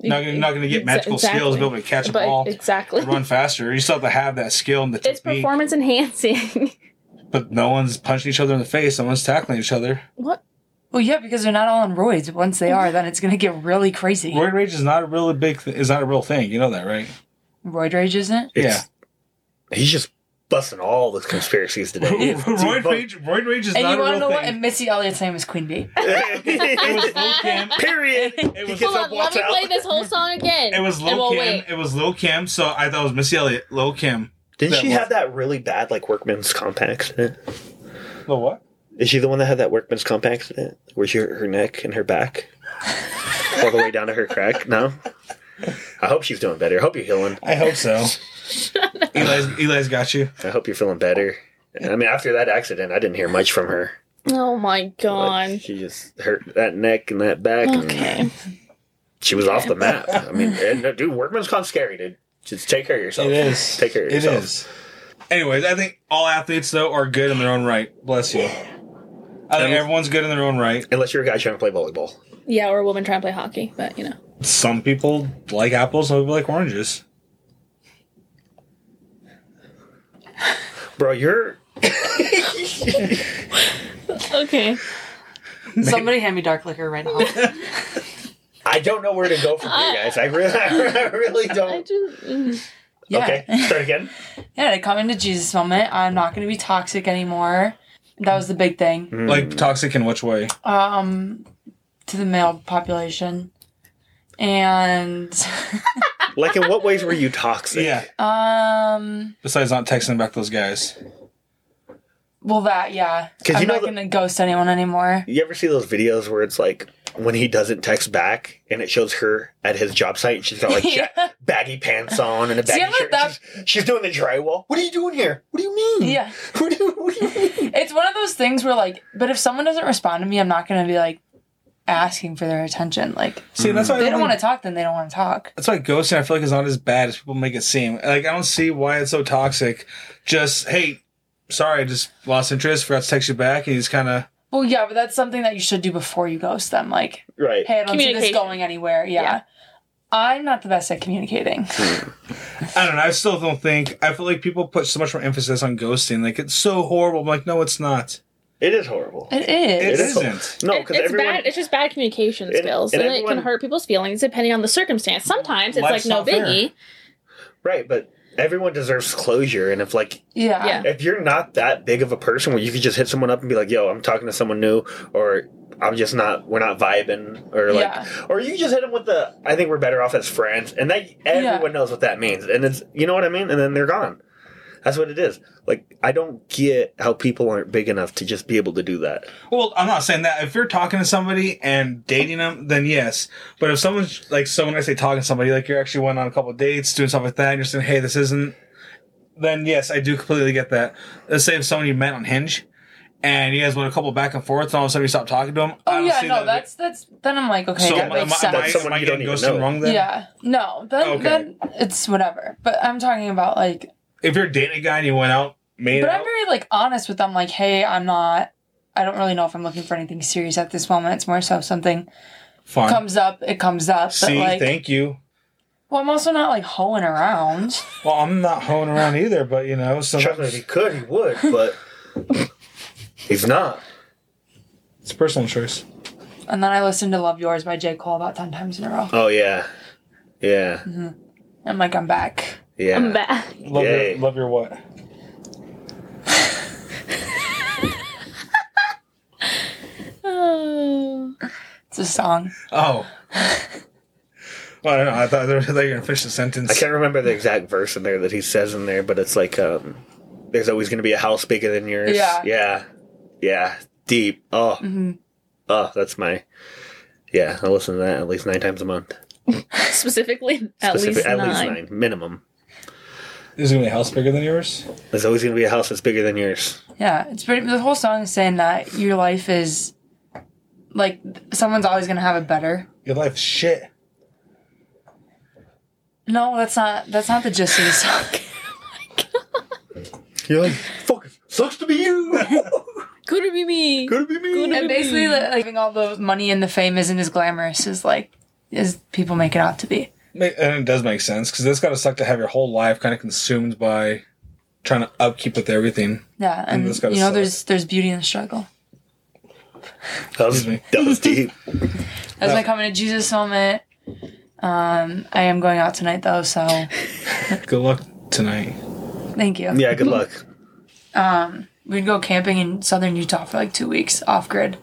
[SPEAKER 4] Not gonna, not gonna get
[SPEAKER 3] Exa-
[SPEAKER 4] magical skills,
[SPEAKER 3] exactly.
[SPEAKER 4] be able to catch a
[SPEAKER 3] But-
[SPEAKER 4] ball,
[SPEAKER 3] exactly.
[SPEAKER 4] run faster. You still have to have that skill and the
[SPEAKER 3] [laughs] It's
[SPEAKER 4] technique.
[SPEAKER 3] performance enhancing. [laughs]
[SPEAKER 4] but no one's punching each other in the face. No one's tackling each other.
[SPEAKER 3] what?
[SPEAKER 5] Well, yeah, because they're not all on roids. Once they are, then it's going to get really crazy.
[SPEAKER 4] Roid rage is not a really big th- is not a real thing. You know that, right?
[SPEAKER 5] Roid rage isn't. it?
[SPEAKER 4] Yeah.
[SPEAKER 2] He's just busting all the conspiracies
[SPEAKER 3] [laughs]
[SPEAKER 2] today.
[SPEAKER 4] [laughs] Roid rage, roid rage is
[SPEAKER 5] And
[SPEAKER 4] not
[SPEAKER 5] you
[SPEAKER 4] a
[SPEAKER 5] want to
[SPEAKER 4] real
[SPEAKER 5] know what? [laughs]
[SPEAKER 4] thing.
[SPEAKER 5] And Missy Elliott's name is Queen [laughs] Bee.
[SPEAKER 2] [laughs]
[SPEAKER 4] It was Lil Kim.
[SPEAKER 2] Period.
[SPEAKER 4] It
[SPEAKER 2] He
[SPEAKER 4] was
[SPEAKER 2] gets
[SPEAKER 3] Hold
[SPEAKER 2] up,
[SPEAKER 3] on, let
[SPEAKER 2] walks
[SPEAKER 3] me play
[SPEAKER 2] out.
[SPEAKER 3] this whole
[SPEAKER 4] [laughs]
[SPEAKER 3] song again.
[SPEAKER 4] It was
[SPEAKER 3] and
[SPEAKER 4] Lil
[SPEAKER 3] we'll
[SPEAKER 4] Kim.
[SPEAKER 3] wait.
[SPEAKER 4] It was Lil Kim. So I thought it was Missy Elliott. Lil Kim.
[SPEAKER 2] Didn't
[SPEAKER 4] That
[SPEAKER 2] she
[SPEAKER 4] was-
[SPEAKER 2] have that really bad like workman's comp accident?
[SPEAKER 4] Lil what?
[SPEAKER 2] Is she the one that had that workman's comp accident where she hurt her neck and her
[SPEAKER 3] [laughs]
[SPEAKER 2] back all the way down to her crack? No. I hope she's doing better. I hope you're healing.
[SPEAKER 4] I hope so.
[SPEAKER 5] [laughs]
[SPEAKER 4] Eli's, Eli's got you.
[SPEAKER 2] I hope you're feeling better. And, I mean, after that accident, I didn't hear much from her.
[SPEAKER 3] Oh my
[SPEAKER 2] Like,
[SPEAKER 3] god.
[SPEAKER 2] she just hurt that neck and that back, and
[SPEAKER 3] Okay.
[SPEAKER 2] she was off the map. I mean, and, uh, dude, workman's comp's scary, dude. Just take care of yourself.
[SPEAKER 4] It is.
[SPEAKER 2] Take care of
[SPEAKER 4] It
[SPEAKER 2] yourself.
[SPEAKER 4] is. Anyways, I think all athletes though are good in their own right. Bless you. I think everyone's good in their own right.
[SPEAKER 2] Unless you're a guy trying to play volleyball.
[SPEAKER 3] Yeah, or a woman trying to play hockey, but you know.
[SPEAKER 4] Some people like apples, some people like oranges.
[SPEAKER 2] Bro, you're
[SPEAKER 3] Okay.
[SPEAKER 5] Somebody hand me dark liquor right now.
[SPEAKER 2] I don't know where to go from here, guys. I really, [laughs] I really
[SPEAKER 3] I
[SPEAKER 2] don't.
[SPEAKER 3] just mm.
[SPEAKER 5] [laughs] Yeah.
[SPEAKER 2] Okay, start again.
[SPEAKER 5] Yeah, to come into Jesus moment. I'm not going to be toxic anymore. That was the big thing.
[SPEAKER 4] Like toxic in which way?
[SPEAKER 5] Um, to the male population, and
[SPEAKER 2] Like, in what ways were you toxic?
[SPEAKER 4] Yeah.
[SPEAKER 5] um,
[SPEAKER 4] Besides not texting back those guys.
[SPEAKER 5] well, that yeah.
[SPEAKER 2] 'Cause
[SPEAKER 5] I'm
[SPEAKER 2] you know
[SPEAKER 5] not
[SPEAKER 2] the-
[SPEAKER 5] going to ghost anyone anymore.
[SPEAKER 2] [laughs] You ever see those videos where it's like when he doesn't text back and it shows her at his job site and she's got like
[SPEAKER 5] Yeah.
[SPEAKER 2] ja- baggy pants on and a
[SPEAKER 5] See,
[SPEAKER 2] baggy
[SPEAKER 5] I'm not
[SPEAKER 2] shirt?
[SPEAKER 5] that-
[SPEAKER 2] She's, she's doing the drywall. What are you doing here? What do you mean?
[SPEAKER 5] Yeah.
[SPEAKER 2] [laughs] What do you, what do you mean?
[SPEAKER 5] It's one of those things where like, but if someone doesn't respond to me, I'm not going to be like asking for their attention. Like,
[SPEAKER 4] See, that's why
[SPEAKER 5] they don't want to
[SPEAKER 4] to.
[SPEAKER 5] talk, then they don't want to talk.
[SPEAKER 4] That's why ghosting I feel like is not as bad as people make it seem. Like I don't see why it's so toxic. Just hey, sorry, I just lost interest, forgot to text you back, and he's kind of
[SPEAKER 5] Well, yeah, but that's something that you should do before you ghost them. Like,
[SPEAKER 2] Right.
[SPEAKER 5] hey, I don't see this
[SPEAKER 3] Communication.
[SPEAKER 5] going anywhere. Yeah.
[SPEAKER 3] Yeah.
[SPEAKER 5] I'm not the best at communicating.
[SPEAKER 4] I don't know. I still don't think. I feel like people put so much more emphasis on ghosting. Like it's so horrible. I'm like, no, it's not.
[SPEAKER 2] It is horrible.
[SPEAKER 5] It is.
[SPEAKER 4] It
[SPEAKER 2] is horrible.
[SPEAKER 4] isn't.
[SPEAKER 2] No,
[SPEAKER 3] It-
[SPEAKER 2] because
[SPEAKER 3] it's
[SPEAKER 2] everyone.
[SPEAKER 3] bad. It's just bad communication
[SPEAKER 2] And-
[SPEAKER 3] skills,
[SPEAKER 2] and
[SPEAKER 3] and, it
[SPEAKER 2] everyone-
[SPEAKER 3] can hurt people's feelings depending on the circumstance. Sometimes it's
[SPEAKER 4] Life's
[SPEAKER 3] like no
[SPEAKER 4] not fair.
[SPEAKER 3] biggie.
[SPEAKER 2] Right, but everyone deserves closure. And if like
[SPEAKER 5] Yeah.
[SPEAKER 3] Yeah.
[SPEAKER 2] if you're not that big of a person where you could just hit someone up and be like, "Yo, I'm talking to someone new," or "I'm just not, we're not vibing," or like,
[SPEAKER 5] Yeah.
[SPEAKER 2] or you just hit them with the, "I think we're better off as friends," and that everyone knows what that means, and it's you know what I mean, and then they're gone. That's what it is. Like I don't get how people aren't big enough to just be able to do that.
[SPEAKER 4] Well, I'm not saying that. If you're talking to somebody and dating them, then yes. But if someone's like, so when I say talking to somebody, like you're actually went on a couple of dates, doing stuff like that, and you're saying, hey, this isn't. Then yes, I do completely get that. Let's say if someone you met on Hinge, and you guys went a couple back and forth, and all of a sudden you stop talking to them.
[SPEAKER 5] Oh yeah, no, that's that's then I'm like, okay,
[SPEAKER 4] so.
[SPEAKER 5] that
[SPEAKER 4] Am, I- am,
[SPEAKER 5] makes
[SPEAKER 4] I- am I,
[SPEAKER 5] sense.
[SPEAKER 2] Someone
[SPEAKER 4] am I
[SPEAKER 2] you don't
[SPEAKER 4] getting
[SPEAKER 2] even
[SPEAKER 4] ghosting
[SPEAKER 2] know.
[SPEAKER 4] wrong then?
[SPEAKER 5] yeah. No, then
[SPEAKER 4] Okay.
[SPEAKER 5] then it's whatever. But I'm talking about like
[SPEAKER 4] If you're dating a guy and you went out, made
[SPEAKER 5] but
[SPEAKER 4] out,
[SPEAKER 5] I'm very like honest with them, like, hey, I'm not I don't really know if I'm looking for anything serious at this moment. It's more so if something
[SPEAKER 4] fine.
[SPEAKER 5] comes up, it comes up.
[SPEAKER 4] See,
[SPEAKER 5] but like
[SPEAKER 4] thank you.
[SPEAKER 5] well I'm also not like hoeing around.
[SPEAKER 4] Well, I'm not hoeing around either, but you know, so
[SPEAKER 2] Trust me, if he could, he would, but he's not.
[SPEAKER 4] it's personal choice.
[SPEAKER 5] And then I listened to Love Yours by J. Cole about ten times in a row.
[SPEAKER 2] Oh yeah, yeah,
[SPEAKER 5] I'm like, I'm back.
[SPEAKER 2] yeah.
[SPEAKER 3] I'm back.
[SPEAKER 4] Love
[SPEAKER 2] Yay.
[SPEAKER 4] your, love your what?
[SPEAKER 3] Oh.
[SPEAKER 5] It's a song.
[SPEAKER 4] Oh. well, [laughs] I don't know. I thought they were, they were gonna finish the sentence.
[SPEAKER 2] I can't remember the exact verse in there that he says in there, but it's like, um, there's always going to be a house bigger than yours.
[SPEAKER 5] Yeah.
[SPEAKER 2] Yeah. Yeah. Deep. Oh.
[SPEAKER 3] Mm-hmm.
[SPEAKER 2] Oh, that's my. Yeah, I listen to that at least nine times a month.
[SPEAKER 3] Specifically, at
[SPEAKER 2] Specific-
[SPEAKER 3] least nine.
[SPEAKER 2] minimum.
[SPEAKER 4] Is it gonna be a house bigger than yours?
[SPEAKER 2] There's always going to be a house that's bigger than yours.
[SPEAKER 5] Yeah, it's pretty. The whole song is saying that your life is like someone's always gonna have it better.
[SPEAKER 4] Your life's shit.
[SPEAKER 5] No, that's not. That's not the gist of the song.
[SPEAKER 2] You're
[SPEAKER 3] [laughs]
[SPEAKER 2] like, fuck, sucks to be you.
[SPEAKER 3] Could it be me?
[SPEAKER 2] Could it be me?
[SPEAKER 5] and basically, like, having all the money and the fame isn't as glamorous as like as people make it out to be.
[SPEAKER 4] Ma- And it does make sense because that's gotta suck to have your whole life kind of consumed by trying to upkeep with everything.
[SPEAKER 5] Yeah, and
[SPEAKER 4] that's gotta
[SPEAKER 5] you know,
[SPEAKER 4] suck.
[SPEAKER 5] there's there's beauty in the struggle.
[SPEAKER 2] That was,
[SPEAKER 4] Excuse me.
[SPEAKER 2] that was
[SPEAKER 3] [laughs]
[SPEAKER 2] deep.
[SPEAKER 5] That's my coming to Jesus moment. Um, I am going out tonight though, so
[SPEAKER 4] Good luck tonight.
[SPEAKER 5] thank you.
[SPEAKER 2] Yeah, good luck.
[SPEAKER 5] We'd go camping in southern Utah for like two weeks off grid.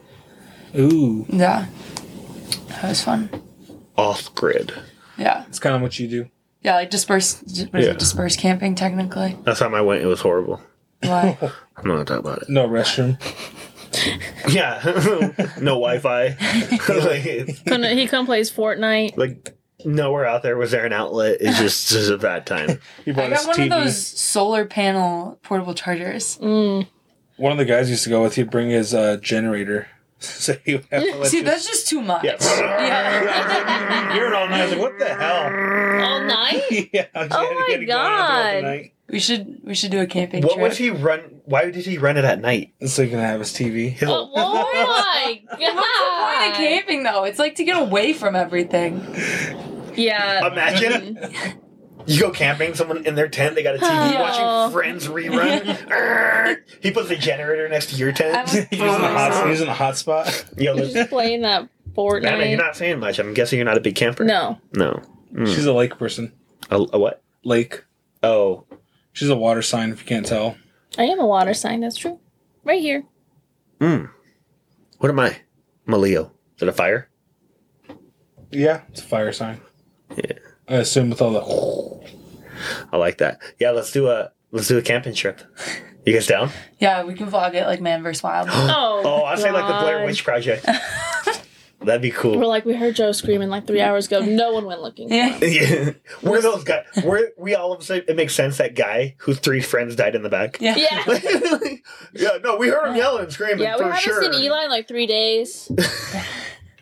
[SPEAKER 4] Ooh.
[SPEAKER 5] Yeah. That was fun.
[SPEAKER 2] Off grid.
[SPEAKER 5] Yeah.
[SPEAKER 4] That's kind of what you do.
[SPEAKER 5] Yeah, like dispersed, what is
[SPEAKER 2] Yeah.
[SPEAKER 5] it, dispersed camping technically.
[SPEAKER 2] Last time I went, it was horrible.
[SPEAKER 5] Why?
[SPEAKER 2] I'm not gonna talk about it.
[SPEAKER 4] No restroom.
[SPEAKER 2] Yeah, [laughs] no Wi-Fi. [laughs] like,
[SPEAKER 3] Couldn't- he come plays Fortnite.
[SPEAKER 2] like nowhere out there was there an outlet. It's just, [laughs] just a bad time.
[SPEAKER 4] He
[SPEAKER 5] I
[SPEAKER 4] brought
[SPEAKER 5] got
[SPEAKER 4] his
[SPEAKER 5] one
[SPEAKER 4] TV.
[SPEAKER 5] of those solar panel portable chargers.
[SPEAKER 4] One of the guys used to go with, he'd bring his uh, generator. [laughs] so he would have to let
[SPEAKER 5] [laughs] See,
[SPEAKER 4] you-
[SPEAKER 5] that's just too much.
[SPEAKER 2] Yeah.
[SPEAKER 4] You're all nice. Like, what the hell? [laughs]
[SPEAKER 5] Uh,
[SPEAKER 3] All
[SPEAKER 2] [laughs]
[SPEAKER 3] night?
[SPEAKER 4] yeah. I just
[SPEAKER 3] Oh
[SPEAKER 4] had to
[SPEAKER 3] my
[SPEAKER 4] get it going out
[SPEAKER 3] God.
[SPEAKER 4] throughout the night.
[SPEAKER 5] We should we should do a camping
[SPEAKER 2] what
[SPEAKER 5] trip.
[SPEAKER 2] was he run? Why did he run it at night?
[SPEAKER 4] So he can have his TV.
[SPEAKER 2] His
[SPEAKER 3] Oh, oh my
[SPEAKER 5] Why the
[SPEAKER 3] god.
[SPEAKER 5] camping though? It's like to get away from everything.
[SPEAKER 3] Yeah. Mm-hmm.
[SPEAKER 2] Imagine you go camping, someone in their tent, they got a TV
[SPEAKER 5] Oh.
[SPEAKER 2] watching Friends rerun. [laughs]
[SPEAKER 3] [laughs]
[SPEAKER 2] Err. he puts the generator next to your tent.
[SPEAKER 5] I'm-
[SPEAKER 4] He's using a hot, he's in a hot spot.
[SPEAKER 2] Yo,
[SPEAKER 3] You're
[SPEAKER 2] listen,
[SPEAKER 3] just playing that
[SPEAKER 2] I mean,
[SPEAKER 3] Fortnite.
[SPEAKER 2] you're not saying much. I'm guessing you're not a big camper.
[SPEAKER 3] no.
[SPEAKER 2] no.
[SPEAKER 4] She's a lake person.
[SPEAKER 2] A, a what?
[SPEAKER 4] Lake.
[SPEAKER 2] Oh,
[SPEAKER 4] She's a water sign, if you can't tell.
[SPEAKER 3] I am a water sign, that's true. Right here.
[SPEAKER 2] what am I? I'm a Leo. Is it a fire?
[SPEAKER 4] Yeah, it's a fire sign.
[SPEAKER 2] Yeah.
[SPEAKER 4] I assume with all the. [laughs]
[SPEAKER 2] I like that. Yeah, let's do a let's do a camping trip. You guys down?
[SPEAKER 5] Yeah, we can vlog it like Man vs.
[SPEAKER 2] [gasps]
[SPEAKER 5] Wild.
[SPEAKER 3] Oh.
[SPEAKER 2] Oh, I say like the Blair
[SPEAKER 3] God.
[SPEAKER 2] Witch
[SPEAKER 3] [laughs]
[SPEAKER 2] Project. That'd be
[SPEAKER 3] We're
[SPEAKER 2] cool.
[SPEAKER 3] like, we heard Joe screaming like three hours ago. No one went looking. for
[SPEAKER 5] Yeah.
[SPEAKER 3] him.
[SPEAKER 2] [laughs] Yeah. We're those
[SPEAKER 3] [laughs]
[SPEAKER 2] guys. We're we all of a sudden. It makes sense that guy whose three friends died in the back.
[SPEAKER 5] Yeah.
[SPEAKER 3] Yeah.
[SPEAKER 2] [laughs] yeah, no, we heard him yelling and screaming
[SPEAKER 3] Yeah, we
[SPEAKER 2] for
[SPEAKER 3] haven't
[SPEAKER 2] sure.
[SPEAKER 3] seen Eli in like
[SPEAKER 5] [laughs]
[SPEAKER 3] three days.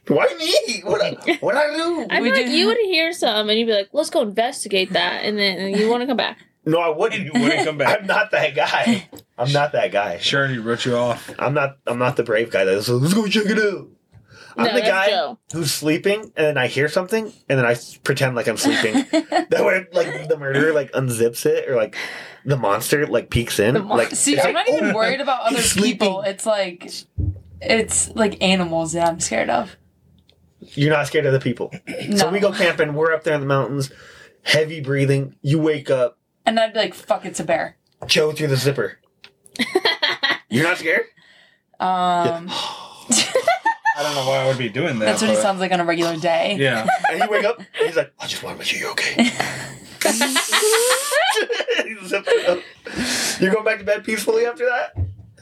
[SPEAKER 2] Why me? What I, what I do?
[SPEAKER 3] [laughs] I
[SPEAKER 5] We
[SPEAKER 3] feel like
[SPEAKER 5] did-
[SPEAKER 3] you would hear some and you'd be like, let's go investigate that. And then and you want to come back.
[SPEAKER 2] No, I
[SPEAKER 4] You
[SPEAKER 2] wouldn't.
[SPEAKER 4] wouldn't come back.
[SPEAKER 2] [laughs] I'm not that guy. I'm not that guy.
[SPEAKER 4] Sharon, he wrote you off.
[SPEAKER 2] I'm not. I'm not the brave guy that's like, let's go check it out. I'm
[SPEAKER 3] No,
[SPEAKER 2] the
[SPEAKER 3] that's
[SPEAKER 2] guy
[SPEAKER 3] Joe.
[SPEAKER 2] who's sleeping, and then I hear something, and then I s- pretend like I'm sleeping.
[SPEAKER 5] [laughs]
[SPEAKER 2] that way, like the murderer like unzips it, or like the monster like peeks in. like
[SPEAKER 5] See,
[SPEAKER 2] it's
[SPEAKER 5] I'm
[SPEAKER 2] like,
[SPEAKER 5] not even worried about other
[SPEAKER 2] He's [laughs] sleeping.
[SPEAKER 5] people. It's like it's like animals that I'm scared of.
[SPEAKER 2] you're not scared of the people. So
[SPEAKER 5] No.
[SPEAKER 2] we go camping. We're up there in the mountains, heavy breathing. You wake up,
[SPEAKER 5] and I'd be like, fuck, it's a bear.
[SPEAKER 2] Joe through the zipper.
[SPEAKER 3] [laughs]
[SPEAKER 2] you're not scared.
[SPEAKER 5] Um,
[SPEAKER 4] I don't know why I would be doing that.
[SPEAKER 5] that's what he
[SPEAKER 4] but-
[SPEAKER 5] sounds like on a regular day.
[SPEAKER 4] Yeah.
[SPEAKER 2] And you wake up, and he's like, I just want to make sure you're okay. [laughs] He zips it up. You're going back to bed peacefully after
[SPEAKER 5] [laughs]
[SPEAKER 2] that?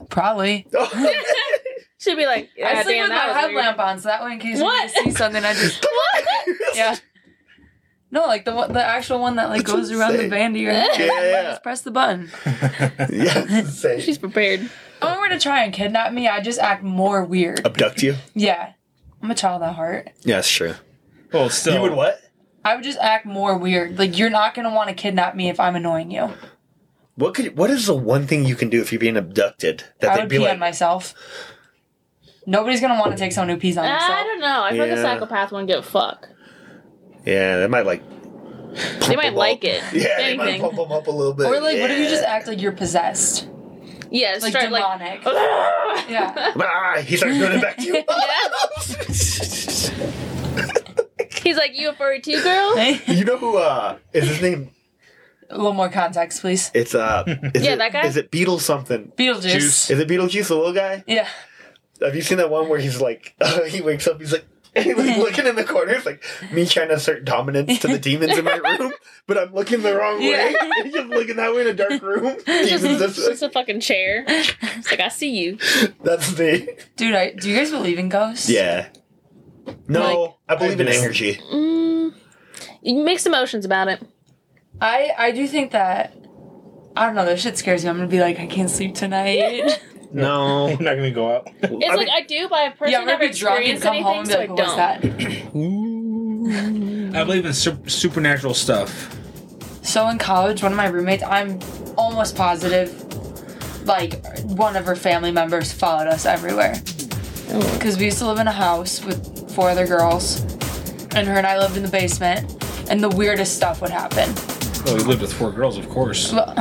[SPEAKER 2] [laughs]
[SPEAKER 5] Probably.
[SPEAKER 3] She'd be like,
[SPEAKER 5] I
[SPEAKER 3] "Yeah,
[SPEAKER 5] sleep
[SPEAKER 3] damn,
[SPEAKER 5] with my
[SPEAKER 3] that was weird."
[SPEAKER 5] headlamp on, so that way in case I
[SPEAKER 3] What?
[SPEAKER 5] see something, I
[SPEAKER 2] [laughs]
[SPEAKER 5] just yeah. No, like the one- the actual one that like
[SPEAKER 2] That's
[SPEAKER 5] goes around the
[SPEAKER 2] insane.
[SPEAKER 5] band of your head.
[SPEAKER 2] Yeah, yeah, yeah.
[SPEAKER 5] Just press the button.
[SPEAKER 2] [laughs] yeah. it's insane.
[SPEAKER 3] She's prepared.
[SPEAKER 5] If I were to try and kidnap me, I'd just act more weird.
[SPEAKER 2] Abduct you?
[SPEAKER 5] Yeah, I'm a child at heart.
[SPEAKER 2] Yeah, that's true.
[SPEAKER 4] [laughs] Well, still.
[SPEAKER 2] You would what?
[SPEAKER 5] I would just act more weird. Like you're not gonna want to kidnap me if I'm annoying you.
[SPEAKER 2] What could? What is the one thing you can do if you're being abducted that
[SPEAKER 5] I
[SPEAKER 2] they'd
[SPEAKER 5] would
[SPEAKER 2] be
[SPEAKER 5] pee
[SPEAKER 2] like?
[SPEAKER 5] on myself. Nobody's gonna want to take someone who pees on
[SPEAKER 3] I
[SPEAKER 5] themselves.
[SPEAKER 3] don't know. I feel like
[SPEAKER 2] Yeah.
[SPEAKER 3] a psychopath wouldn't give a fuck.
[SPEAKER 2] yeah, they might like.
[SPEAKER 3] They might like it.
[SPEAKER 2] Yeah,
[SPEAKER 3] if
[SPEAKER 2] they might
[SPEAKER 3] anything.
[SPEAKER 2] pump them up a little bit.
[SPEAKER 5] Or like, what if you
[SPEAKER 2] Uh, Yeah.
[SPEAKER 5] just act like you're possessed,
[SPEAKER 3] yeah,
[SPEAKER 5] like
[SPEAKER 3] start like
[SPEAKER 5] demonic?
[SPEAKER 3] [laughs]
[SPEAKER 5] yeah,
[SPEAKER 2] Ah, he starts doing it back to
[SPEAKER 5] [laughs]
[SPEAKER 2] you.
[SPEAKER 3] he's like, "You a furry too, girl?"
[SPEAKER 5] a
[SPEAKER 2] you know who? Uh, is his name?
[SPEAKER 5] little more context, please.
[SPEAKER 2] It's
[SPEAKER 5] [laughs]
[SPEAKER 2] uh. Is
[SPEAKER 3] Yeah,
[SPEAKER 2] it,
[SPEAKER 3] that guy?
[SPEAKER 2] Is it Beetle something?
[SPEAKER 5] Beetlejuice.
[SPEAKER 4] Juice.
[SPEAKER 2] Is it Beetlejuice, the little guy?
[SPEAKER 5] Yeah.
[SPEAKER 2] Have you seen that one where he's like, [laughs] he wakes up, he's like, [laughs] he's like
[SPEAKER 3] [laughs]
[SPEAKER 2] looking in the corner, it's like me trying to assert dominance to the demons in my room, but I'm looking the wrong way. [laughs] I'm just looking that way in a
[SPEAKER 3] [laughs]
[SPEAKER 2] dark room. Demons
[SPEAKER 3] It's
[SPEAKER 2] [laughs] this
[SPEAKER 3] just
[SPEAKER 2] way.
[SPEAKER 3] a
[SPEAKER 5] [laughs]
[SPEAKER 3] fucking chair. It's like, "I see you."
[SPEAKER 2] That's me.
[SPEAKER 5] Dude, I, do you guys believe in ghosts?
[SPEAKER 2] Yeah. No, I believe in
[SPEAKER 4] I do.
[SPEAKER 2] energy.
[SPEAKER 3] Mm, you mixed emotions about it.
[SPEAKER 5] I I do think that I don't know. This shit scares me. I'm gonna be like, I can't sleep
[SPEAKER 3] [laughs]
[SPEAKER 5] tonight.
[SPEAKER 2] No.
[SPEAKER 4] I'm not going to go out.
[SPEAKER 3] It's like I do, but I
[SPEAKER 5] yeah,
[SPEAKER 3] personally
[SPEAKER 5] I'm
[SPEAKER 3] never
[SPEAKER 5] gonna be drunk and
[SPEAKER 3] experienced
[SPEAKER 5] come
[SPEAKER 3] anything,
[SPEAKER 5] home and be
[SPEAKER 3] so I
[SPEAKER 5] like,
[SPEAKER 3] don't.
[SPEAKER 5] what was that?
[SPEAKER 4] I believe in sup- supernatural stuff.
[SPEAKER 5] So in college, one of my roommates, I'm almost positive, like one of her family members followed us everywhere.
[SPEAKER 3] Oh.
[SPEAKER 5] Because we used to live in a house with four other girls, and her and I lived in the basement, and the weirdest stuff would happen.
[SPEAKER 4] Well, we lived with four girls, of
[SPEAKER 5] [laughs]
[SPEAKER 4] course.
[SPEAKER 5] Well,